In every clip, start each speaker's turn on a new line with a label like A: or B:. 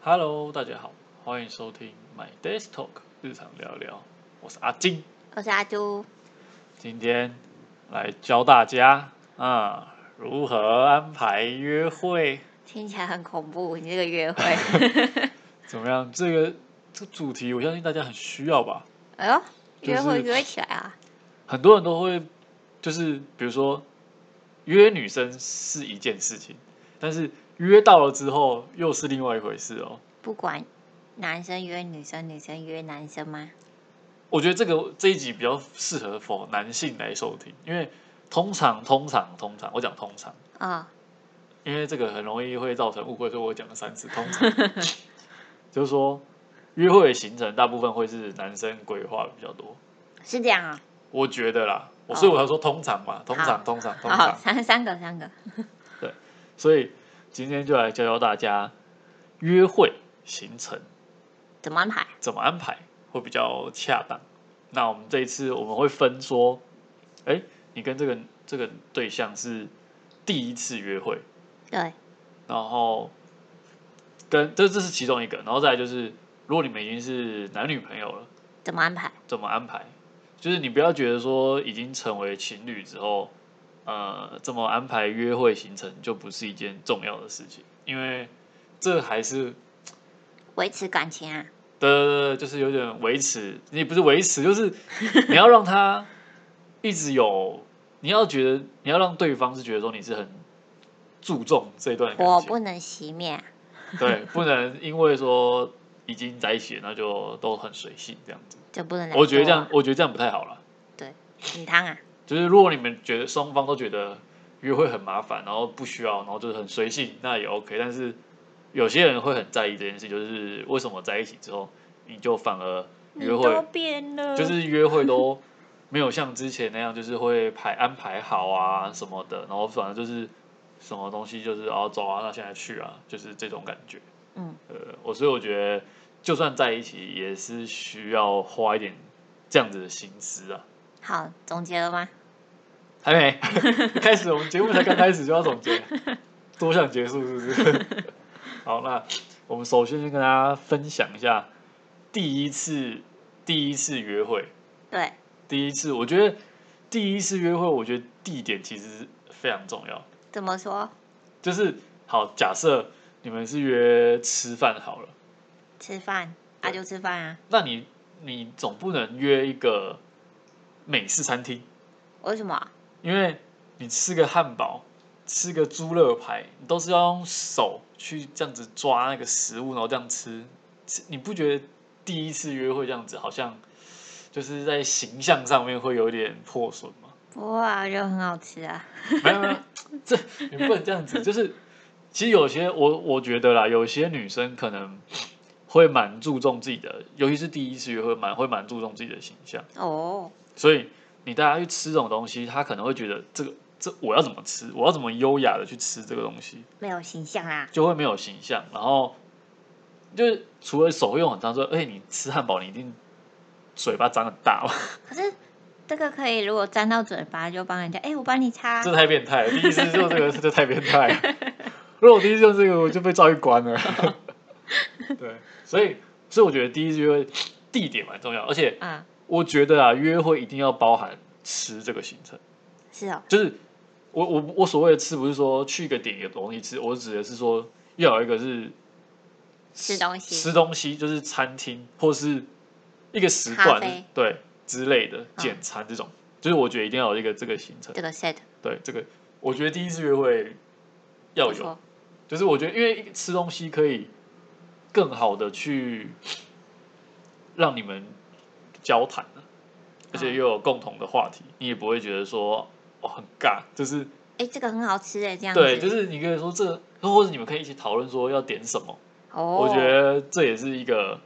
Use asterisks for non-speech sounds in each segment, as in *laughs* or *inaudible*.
A: Hello，大家好，欢迎收听 My Desk Talk 日常聊聊，我是阿金，
B: 我是阿朱。
A: 今天来教大家啊、如何安排约会，
B: 听起来很恐怖，你这个
A: *laughs*
B: 约会。
A: 怎么样？这个这个主题我相信大家很需要吧？
B: 哎呦，
A: 就是
B: 约会约起来啊！
A: 很多人都会就是比如说约女生是一件事情，但是约到了之后又是另外一回事哦。
B: 不管男生约女生，女生约男生吗？
A: 我觉得这个这一集比较适合否男性来收听，因为通常通常通常，我讲通常。
B: 哦，
A: 因为这个很容易会造成误会，所以我讲了三次。通
B: *laughs*
A: 常就是说，约会的行程大部分会是男生规划比较多，
B: 是这样啊、
A: 我觉得啦。我
B: 哦
A: 所以我要说通常嘛，通常
B: 好
A: 通常通
B: 哦。好，
A: 常。
B: 三三个三个。
A: 所以今天就来教教大家约会行程
B: 怎么安排？
A: 怎么安排会比较恰当。那我们这一次我们会分说，哎，你跟这个这个对象是第一次约会，
B: 对，
A: 然后跟这这是其中一个，然后再来就是，如果你们已经是男女朋友了，
B: 怎么安排？
A: 怎么安排？就是你不要觉得说已经成为情侣之后，呃，这么安排约会行程就不是一件重要的事情，因为这还是
B: 维持感情啊？
A: 的，就是有点维持，你不是维持，就是 *laughs* 你要让他一直有，你要觉得你要让对方是觉得说你是很注重这段感情，
B: 火不能熄灭啊、 *laughs*
A: 对，不能因为说已经在一起了，那就都很随性这样子。
B: 就不能来
A: 我觉得这
B: 做
A: 样，我觉得这样不太好了。
B: 很烫啊。
A: 就是如果你们觉得双方都觉得约会很麻烦，然后不需要，然后就是很随性，那也 OK。但是有些人会很在意这件事，就是为什么在一起之后，你就反而约
B: 你都
A: 会，
B: 变了，
A: 就是约会都没有像之前那样，就是会排安排好啊什么的，然后反而就是什么东西就是哦走啊，那现在去啊，就是这种感觉。
B: 嗯，
A: 呃，我所以我觉得，就算在一起，也是需要花一点这样子的心思啊。
B: 好，总结了吗？
A: 还没 *laughs* 开始，我们节目才刚开始就要总结，多想结束是不是？ *laughs* 好，那我们首先先跟大家分享一下第一次第一次约会，
B: 对，
A: 第一次我觉得第一次约会，我觉得地点其实非常重要。
B: 怎么说？
A: 就是好，假设你们是约吃饭好了。
B: 吃饭，
A: 对
B: 啊就吃饭啊。
A: 那你你总不能约一个美式餐厅，
B: 为什么？
A: 因为你吃个汉堡，吃个猪肋排，你都是要用手去这样子抓那个食物，然后这样吃，吃你不觉得第一次约会这样子好像就是在形象上面会有点破损吗？
B: 不会啊，就很好吃啊。
A: 没有没有，这你不能这样子，就是其实有些我我觉得啦，有些女生可能会蛮注重自己的，尤其是第一次约会蛮会蛮注重自己的形象。
B: 哦，
A: 所以你带他去吃这种东西，他可能会觉得这个这我要怎么吃，我要怎么优雅的去吃这个东西，
B: 没有形象啊。
A: 就会没有形象。然后就是除了手会用很脏之外，而且你吃汉堡，你一定嘴巴张很大嘛，
B: 可是这个可以，如果沾到嘴巴就帮人家，哎、我帮你擦。
A: 这太变态了。第一次做这个这太变态了。如果我第一次用这个，我就被抓去关了。对，所以所以我觉得第一次约会地点蛮重要，而且
B: 嗯，
A: 我觉得啊，约会一定要包含吃这个行程。
B: 是哦，
A: 就是我我我所谓的吃，不是说去一个点有东西吃，我指的是说要有一个是
B: 吃东西
A: 吃东西就是餐厅或是一个时
B: 咖
A: 段
B: 啡嗯
A: 对之类的简餐这种，就是我觉得一定要有一个这个行程。
B: 这个 set
A: 对这个，我觉得第一次约会要
B: 不
A: 有，
B: 错，
A: 就是我觉得因为吃东西可以更好的去让你们交谈啊而且
B: 嗯
A: 又有共同的话题，你也不会觉得说哦很尬，就是
B: 哎、这个很好吃哎，这样子。
A: 对，就是你可以说这，或者你们可以一起讨论说要点什么。
B: 哦，
A: 我觉得这也是一个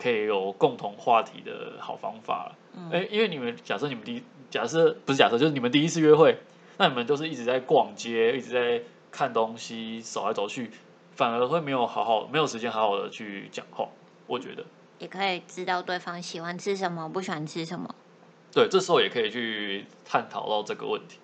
A: 可以有共同话题的好方法啦。
B: 嗯，
A: 哎、因为你们假设你们第一假设不是假设，就是你们第一次约会，那你们都是一直在逛街，一直在看东西，走来走去，反而会没有好好没有时间好好的去讲话。我觉得，
B: 也可以知道对方喜欢吃什么，不喜欢吃什么。
A: 对，这时候也可以去探讨到这个问题。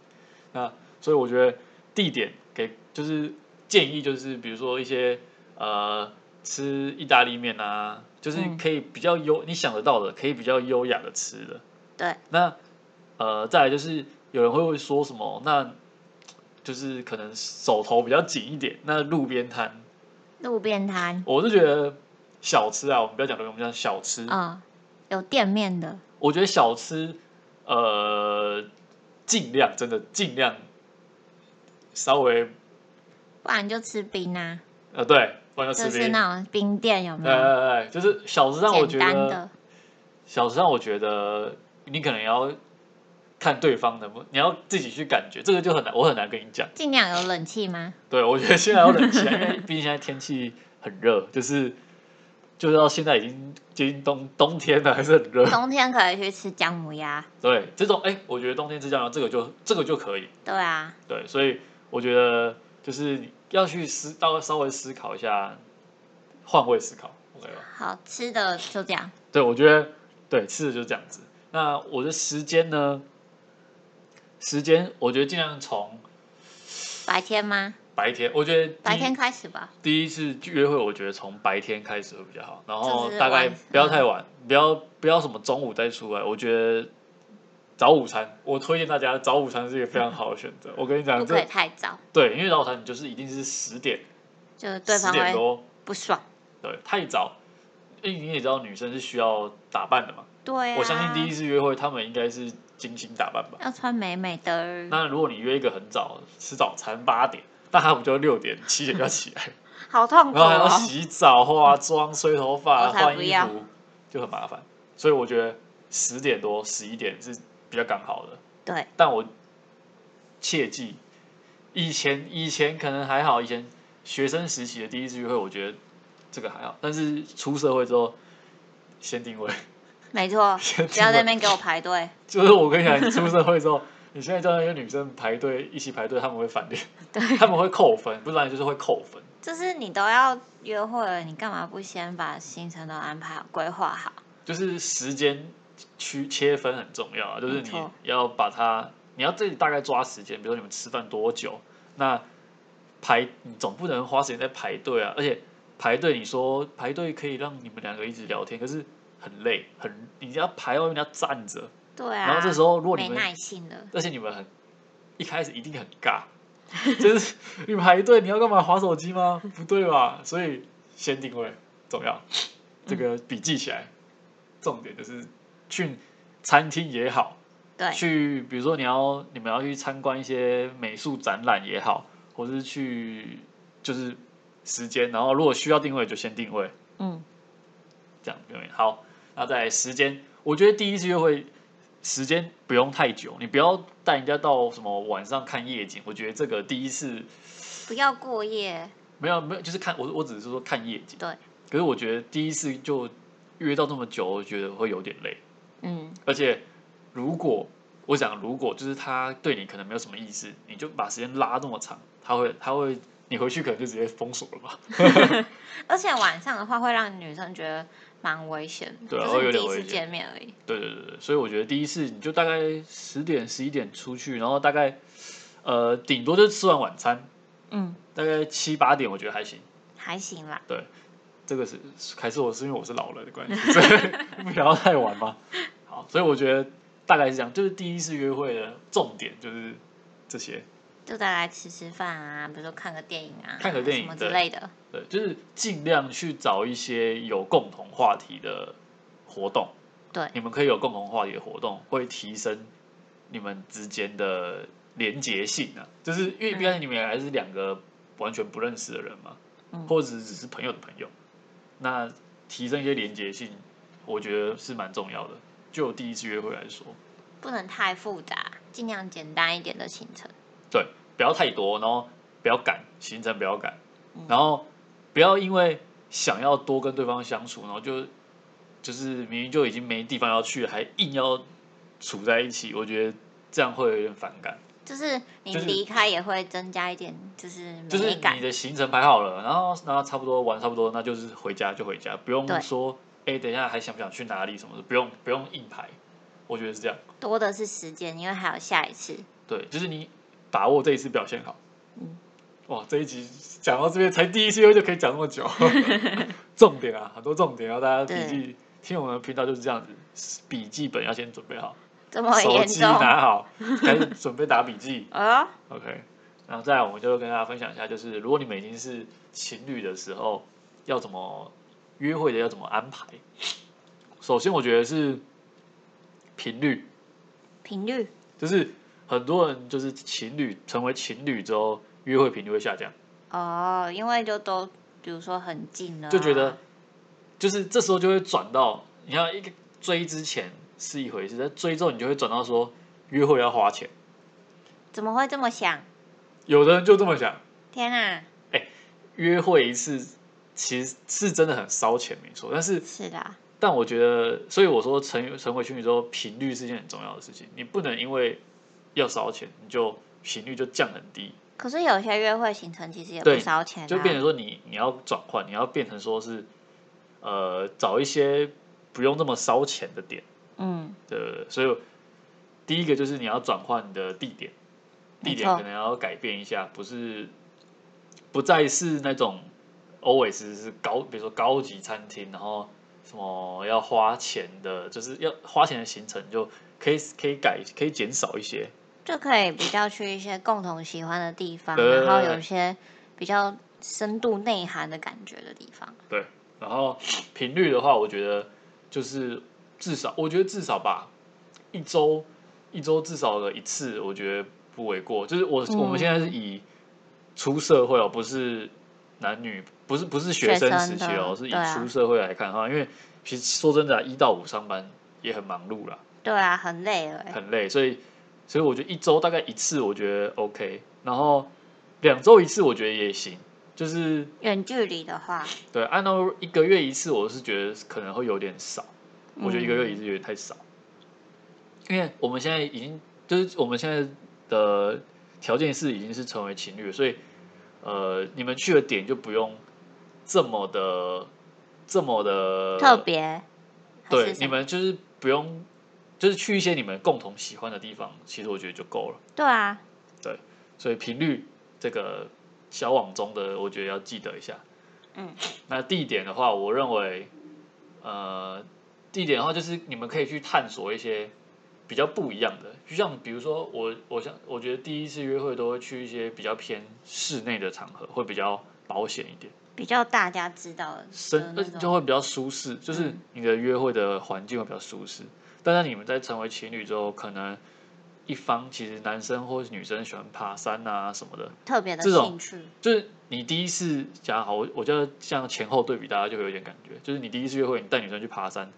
A: 那所以我觉得地点给就是建议就是，比如说一些呃吃意大利面啊，就是
B: 嗯
A: 可以比较优、你想得到的，可以比较优雅的吃的。
B: 对，
A: 那呃，再来就是有人会说什么，那就是可能手头比较紧一点，那路边摊，
B: 路边摊，
A: 我是觉得小吃啊，我们不要讲路边，我们讲小吃。
B: 嗯，有店面的，
A: 我觉得小吃，呃，尽量真的尽量稍微
B: 不然就吃冰啊，
A: 呃，对，不然就吃
B: 就是
A: 冰。对
B: 那种冰店有没
A: 对
B: 有？
A: 对，对就是小吃上我觉
B: 简单
A: 得，
B: 的，
A: 小吃上我觉得你可能要看对方能不，你要自己去感觉，这个就很难，我很难跟你讲。
B: 尽量有冷气吗？
A: 对，我觉得现在要冷气啊，因为毕竟现在天气很热，就是就是到现在已经接近冬冬天了，还是很热。
B: 冬天可以去吃姜母鸭，
A: 对，这种哎，我觉得冬天吃酱油这个就这个就可以。
B: 对啊，
A: 对，所以我觉得就是要去思，到稍微思考一下，换位思考，OK 吧？
B: 好吃的就这样。
A: 对，我觉得对吃的就是这样子。那我的时间呢？时间我觉得尽量从
B: 白天吗？
A: 白天，我觉得第一
B: 白天开始吧。
A: 第一次约会，我觉得从白天开始会比较好，然后
B: 就是
A: 大概
B: 晚嗯
A: 不要太晚，不要不要什么中午再出来，我觉得。早午餐，我推荐大家早午餐是一个非常好的选择。我跟你讲，
B: 不可以
A: 这
B: 太早，
A: 对，因为早午餐你就是一定是十点
B: 就是对
A: 十
B: 方
A: 点
B: 会
A: 多，
B: 不爽。
A: 对，太早，因为你也知道女生是需要打扮的嘛。
B: 对啊，
A: 我相信第一次约会，她们应该是精心打扮吧。
B: 要穿美美的，
A: 那如果你约一个很早吃早餐八点，那她不就六点七点就要起
B: *laughs*
A: 来，
B: 好痛苦
A: 然后还要
B: *laughs* 哦。
A: 洗澡、化妆、吹头发、
B: 我才
A: 换
B: 不
A: 衣
B: 要
A: 服，就很麻烦。所以我觉得十点多、十一点是比较刚好的。
B: 对，
A: 但我切记，以前以前可能还好，以前学生时期的第一次约会，我觉得这个还好。但是出社会之后，先定位，*laughs*
B: 没错，
A: 先
B: 不
A: 定
B: 要在那
A: 位。
B: 边给我排队。
A: 就是我跟你讲，你出社会之后，你现在叫那些女生排队一起排队，他们会翻脸，
B: 对，
A: 他们会扣分，不然就是会扣分。
B: 就是你都要约会了，你干嘛不先把行程都安排好、规划好？
A: 就是时间区切分很重要啊，就是
B: 没
A: 你
B: 错
A: 要把它，你要自己大概抓时间，比如说你们吃饭多久，那排你总不能花时间在排队啊，而且排队你说排队可以让你们两个一直聊天，可是很累，很你要排到人家站着，
B: 对啊。
A: 然后这时候如果你
B: 没
A: 们，
B: 耐性了，
A: 而且你们很一开始一定很尬，就是你排队你要干嘛？划手机吗？不对吧？所以先定位重要，这个笔记起来。重点就是去餐厅也好，
B: 对，
A: 去比如说你要你们要去参观一些美术展览也好，或是去就是时间，然后如果需要定位就先定位，
B: 嗯，
A: 这样对不对？好，那在时间，我觉得第一次约会时间不用太久，你不要带人家到什么晚上看夜景，我觉得这个第一次
B: 不要过夜，
A: 没有没有，就是看我我只是说看夜景，
B: 对，
A: 可是我觉得第一次就约到这么久，我觉得会有点累，
B: 嗯，
A: 而且如果我讲如果就是他对你可能没有什么意思，你就把时间拉这么长，他会他会你回去可能就直接封锁了吧。
B: 而且晚上的话会让女生觉得蛮危险的，
A: 对啊
B: 就是
A: 会有
B: 你
A: 点
B: 第一
A: 危
B: 次
A: 险
B: 见面而已，
A: 对对对对，所以我觉得第一次你就大概十点十一点出去，然后大概呃顶多就吃完晚餐，
B: 嗯，
A: 大概七八点我觉得还行。
B: 还行啦，
A: 这个是还是我是因为我是老人的关系，所以 *laughs* 不聊太晚嘛。好，所以我觉得大概是这样，就是第一次约会的重点就是这些，
B: 就大概吃吃饭啊，比如说看个电影啊，
A: 看个电影
B: 什么之
A: 对
B: 类的，
A: 对，就是尽量去找一些有共同话题的活动。
B: 对
A: 你们可以有共同话题的活动，会提升你们之间的连结性啊。就是因为
B: 嗯
A: 毕竟你们还是两个完全不认识的人嘛，
B: 嗯
A: 或者只是朋友的朋友，那提升一些连结性，我觉得是蛮重要的。就我第一次约会来说，
B: 不能太复杂，尽量简单一点的行程。
A: 对，不要太多，然后不要赶行程，不要赶
B: 嗯，
A: 然后不要因为想要多跟对方相处，然后就就是明明就已经没地方要去了，还硬要处在一起，我觉得这样会有点反感。
B: 就是你
A: 就是
B: 离开也会增加一点，就是
A: 就是
B: 美感。
A: 你的行程排好了，然后然后差不多玩差不多，那就是回家就回家，不用
B: 对
A: 说哎、等一下还想不想去哪里什么的，不用不用硬排，我觉得是这样。
B: 多的是时间，因为还有下一次。
A: 对，就是你把握这一次表现好，
B: 嗯
A: 哇，这一集讲到这边才第一次就可以讲那么
B: *laughs*
A: 久，重点啊，很多重点啊，大家笔记听我们的频道就是这样子，笔记本要先准备好，
B: 这么
A: 手
B: 哦严
A: 机啊
B: 重？ *laughs*
A: 拿好，开始准备打笔记。
B: 哦，
A: OK，然后再来我们就跟大家分享一下，就是如果你们已经是情侣的时候，要怎么约会的要怎么安排。首先，我觉得是频率，
B: 频率
A: 就是很多人就是情侣成为情侣之后，约会频率会下降，
B: 哦，因为就都比如说很近了啊、
A: 就觉得就是这时候就会转到，你看一个追之前是一回事，在追之后你就会转到说约会要花钱，
B: 怎么会这么想？
A: 有的人就这么想，
B: 天啊，
A: 约会一次其实是真的很烧钱，没错，但是
B: 是的，啊
A: 但我觉得，所以我说成成为情侣之后，频率是一件很重要的事情。你不能因为要烧钱，你就频率就降很低，
B: 可是有些约会行程其实也不
A: 对
B: 烧钱、啊，
A: 就变成说你你要转换，你要变成说是呃找一些不用这么烧钱的点
B: 嗯，
A: 的。所以第一个就是你要转换你的地点，地
B: 没
A: 点
B: 错
A: 可能要改变一下，不是不再是那种 always 是高，比如说高级餐厅，然后什么要花钱的，就是要花钱的行程就可以可以改可以减少一些。
B: 就可以比较去一些共同喜欢的地方，
A: 对
B: 然后有一些比较深度内涵的感觉的地方。
A: 然后频率的话，我觉得就是至少，我觉得至少吧，一周一周至少的一次，我觉得不为过。就是我、
B: 嗯
A: 我们现在是以出社会哦，不是男女，不是不是学
B: 学
A: 生
B: 生
A: 时期哦，
B: 的
A: 是以
B: 对啊
A: 出社会来看哈，因为其实说真的啊，一到五上班也很忙碌啦，
B: 对啊，很累了欸、
A: 很累，所以所以我觉得一周大概一次，我觉得 OK，然后两周一次，我觉得也行，就是
B: 远距离的话，
A: 对，按照一个月一次，我是觉得可能会有点少。我觉得一个月一
B: 嗯
A: 次有点太少，因为我们现在已经就是我们现在的条件是已经是成为情侣了，所以呃，你们去的点就不用这么的这么的
B: 特，别，还是
A: 呃对，
B: 什
A: 你
B: 么
A: 们就是不用就是去一些你们共同喜欢的地方，其实我觉得就够了。
B: 对啊，
A: 所以频率这个交往中的，我觉得要记得一下。
B: 嗯，
A: 那地点的话，我认为，呃，地点的话就是你们可以去探索一些比较不一样的，就像比如说我，我想我觉得第一次约会都会去一些比较偏室内的场合，会比较保险一点，
B: 比较大家知道的
A: 身
B: 嗯那
A: 呃
B: 种
A: 就会比较舒适，就是
B: 嗯
A: 你的约会的环境会比较舒适。但是你们在成为情侣之后，可能一方其实男生或是女生喜欢爬山啊什么的，
B: 特别的
A: 这种
B: 兴趣，
A: 就是你第一次讲好，我我觉得像前后对比，大家就会有点感觉。就是你第一次约会，你带女生去爬山，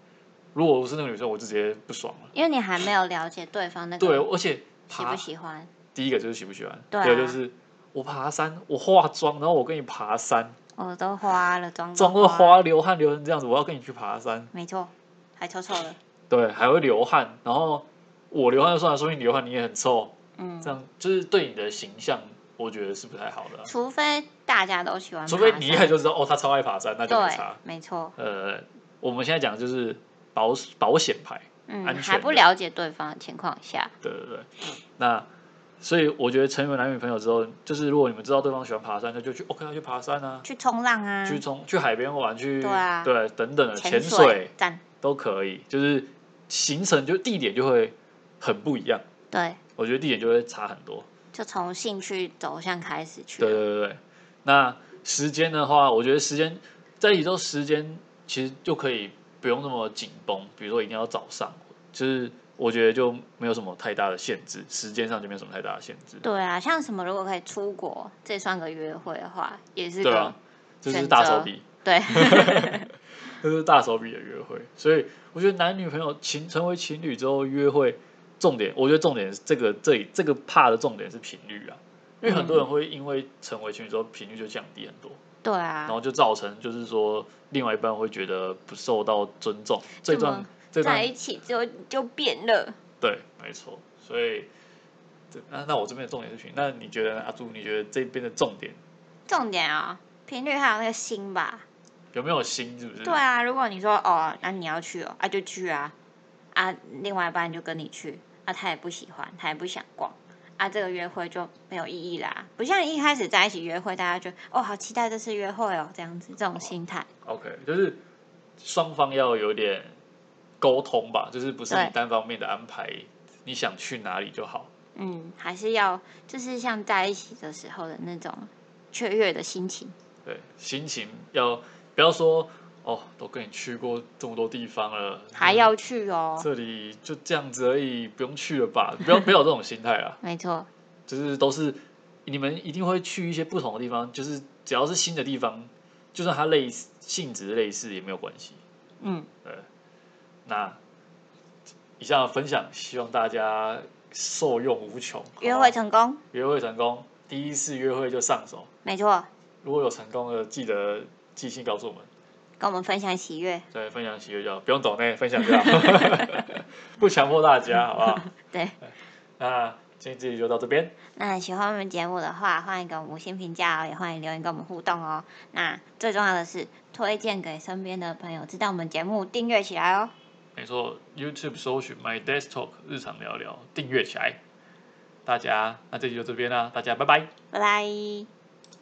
A: 如果我是那个女生，我就直接不爽了。
B: 因为你还没有了解对方那
A: 对，
B: 个
A: 而且
B: 喜
A: 爬
B: 不喜欢，
A: 第一个就是喜不喜欢，
B: 对啊
A: 第二个就是我爬山，我化妆，然后我跟你爬山，
B: 我哦都花了妆，
A: 妆
B: 都
A: 都
B: 花了，
A: 花流汗流成这样子，我要跟你去爬山，
B: 没错，还臭臭的，
A: 对，还会流汗，然后我流汗就算了，说明你流汗你也很臭，
B: 嗯
A: 这，样就是对你的形象，我觉得是不太好的啊、
B: 除非大家都嗯喜欢爬
A: 除
B: 山，
A: 非你一看就知道哦，他超爱爬山，那就没
B: 对
A: 差。，
B: 没错，
A: 呃，我们现在讲的就是保保险牌，
B: 嗯，
A: 安全
B: 还不
A: 的
B: 了解对方的情况下，
A: 对对对。那所以我觉得成为男女朋友之后，就是如果你们知道对方喜欢爬山，那就去 OK 啊，去爬山啊，
B: 去冲浪啊，
A: 去冲去海边玩，去
B: 对啊
A: 对等等的
B: 潜
A: 潜
B: 水
A: 水
B: 站，
A: 都可以，就是行程就地点就会很不一样。
B: 对，
A: 我觉得地点就会差很多。
B: 就从兴趣走向开始去
A: 对
B: 了，
A: 对对对。那时间的话，我觉得时间在一周时间其实就可以不用那么紧绷，比如说一定要早上，就是我觉得就没有什么太大的限制，时间上就没有什么太大的限制。
B: 对啊，像什么如果可以出国，这算个约会的话，也是
A: 对
B: 个
A: 啊这是
B: 选
A: 大
B: 择
A: 手笔，
B: 对
A: *laughs* 这是大手笔的约会。所以我觉得男女朋友情成为情侣之后约会，重点我觉得重点是这个这里这个怕的重点是频率啊，因为很多人会因为成为情侣之后频率就降低很多。
B: 对
A: 然
B: 啊，
A: 后就造成就是说，另外一半会觉得不受到尊重，这
B: 怎么
A: 段这
B: 在
A: 段
B: 一起之后就变了。
A: 对，没错。所以，这那那我这边的重点是群，那你觉得呢阿朱，你觉得这边的重点
B: 重点啊、频率还有那个心吧。
A: 有没有心？是不是？
B: 对啊，如果你说哦，那你要去哦，啊就去啊，啊另外一半就跟你去，啊他也不喜欢，他也不想逛，啊，这个约会就没有意义啦。不像一开始在一起约会，大家就哦好期待这次约会哦，这样子这种心态。
A: OK，就是双方要有点沟通吧，就是不是
B: 对
A: 你单方面的安排，你想去哪里就好。
B: 嗯，还是要就是像在一起的时候的那种雀跃的心情。
A: 对，心情要不要说哦，都跟你去过这么多地方了，
B: 还
A: 嗯
B: 要去哦，
A: 这里就这样子而已，不用去了吧？ *laughs* 不要不要有这种心态啊，
B: 没错，
A: 就是都是你们一定会去一些不同的地方，就是只要是新的地方，就算它类似性质类似也没有关系。
B: 嗯，
A: 那以上的分享，希望大家受用无穷。好吗啊
B: 约会成功，
A: 约会成功，第一次约会就上手。
B: 没错，
A: 如果有成功的，记得寄信告诉我们。
B: 跟我们分享喜悦，
A: 对，分享喜悦就好，不用走内分享就好， *laughs* 不强迫大家，好不好？
B: 对。
A: 那今天这集就到这边，
B: 那喜欢我们节目的话，欢迎给我们五星评价哦，也欢迎留言跟我们互动哦。那最重要的是，推荐给身边的朋友知道我们节目，订阅起来哦。
A: 没错，YouTube 搜寻 My Desktop 日常聊聊，订阅起来。大家，那这集就这边啦，大家拜拜。
B: 拜拜。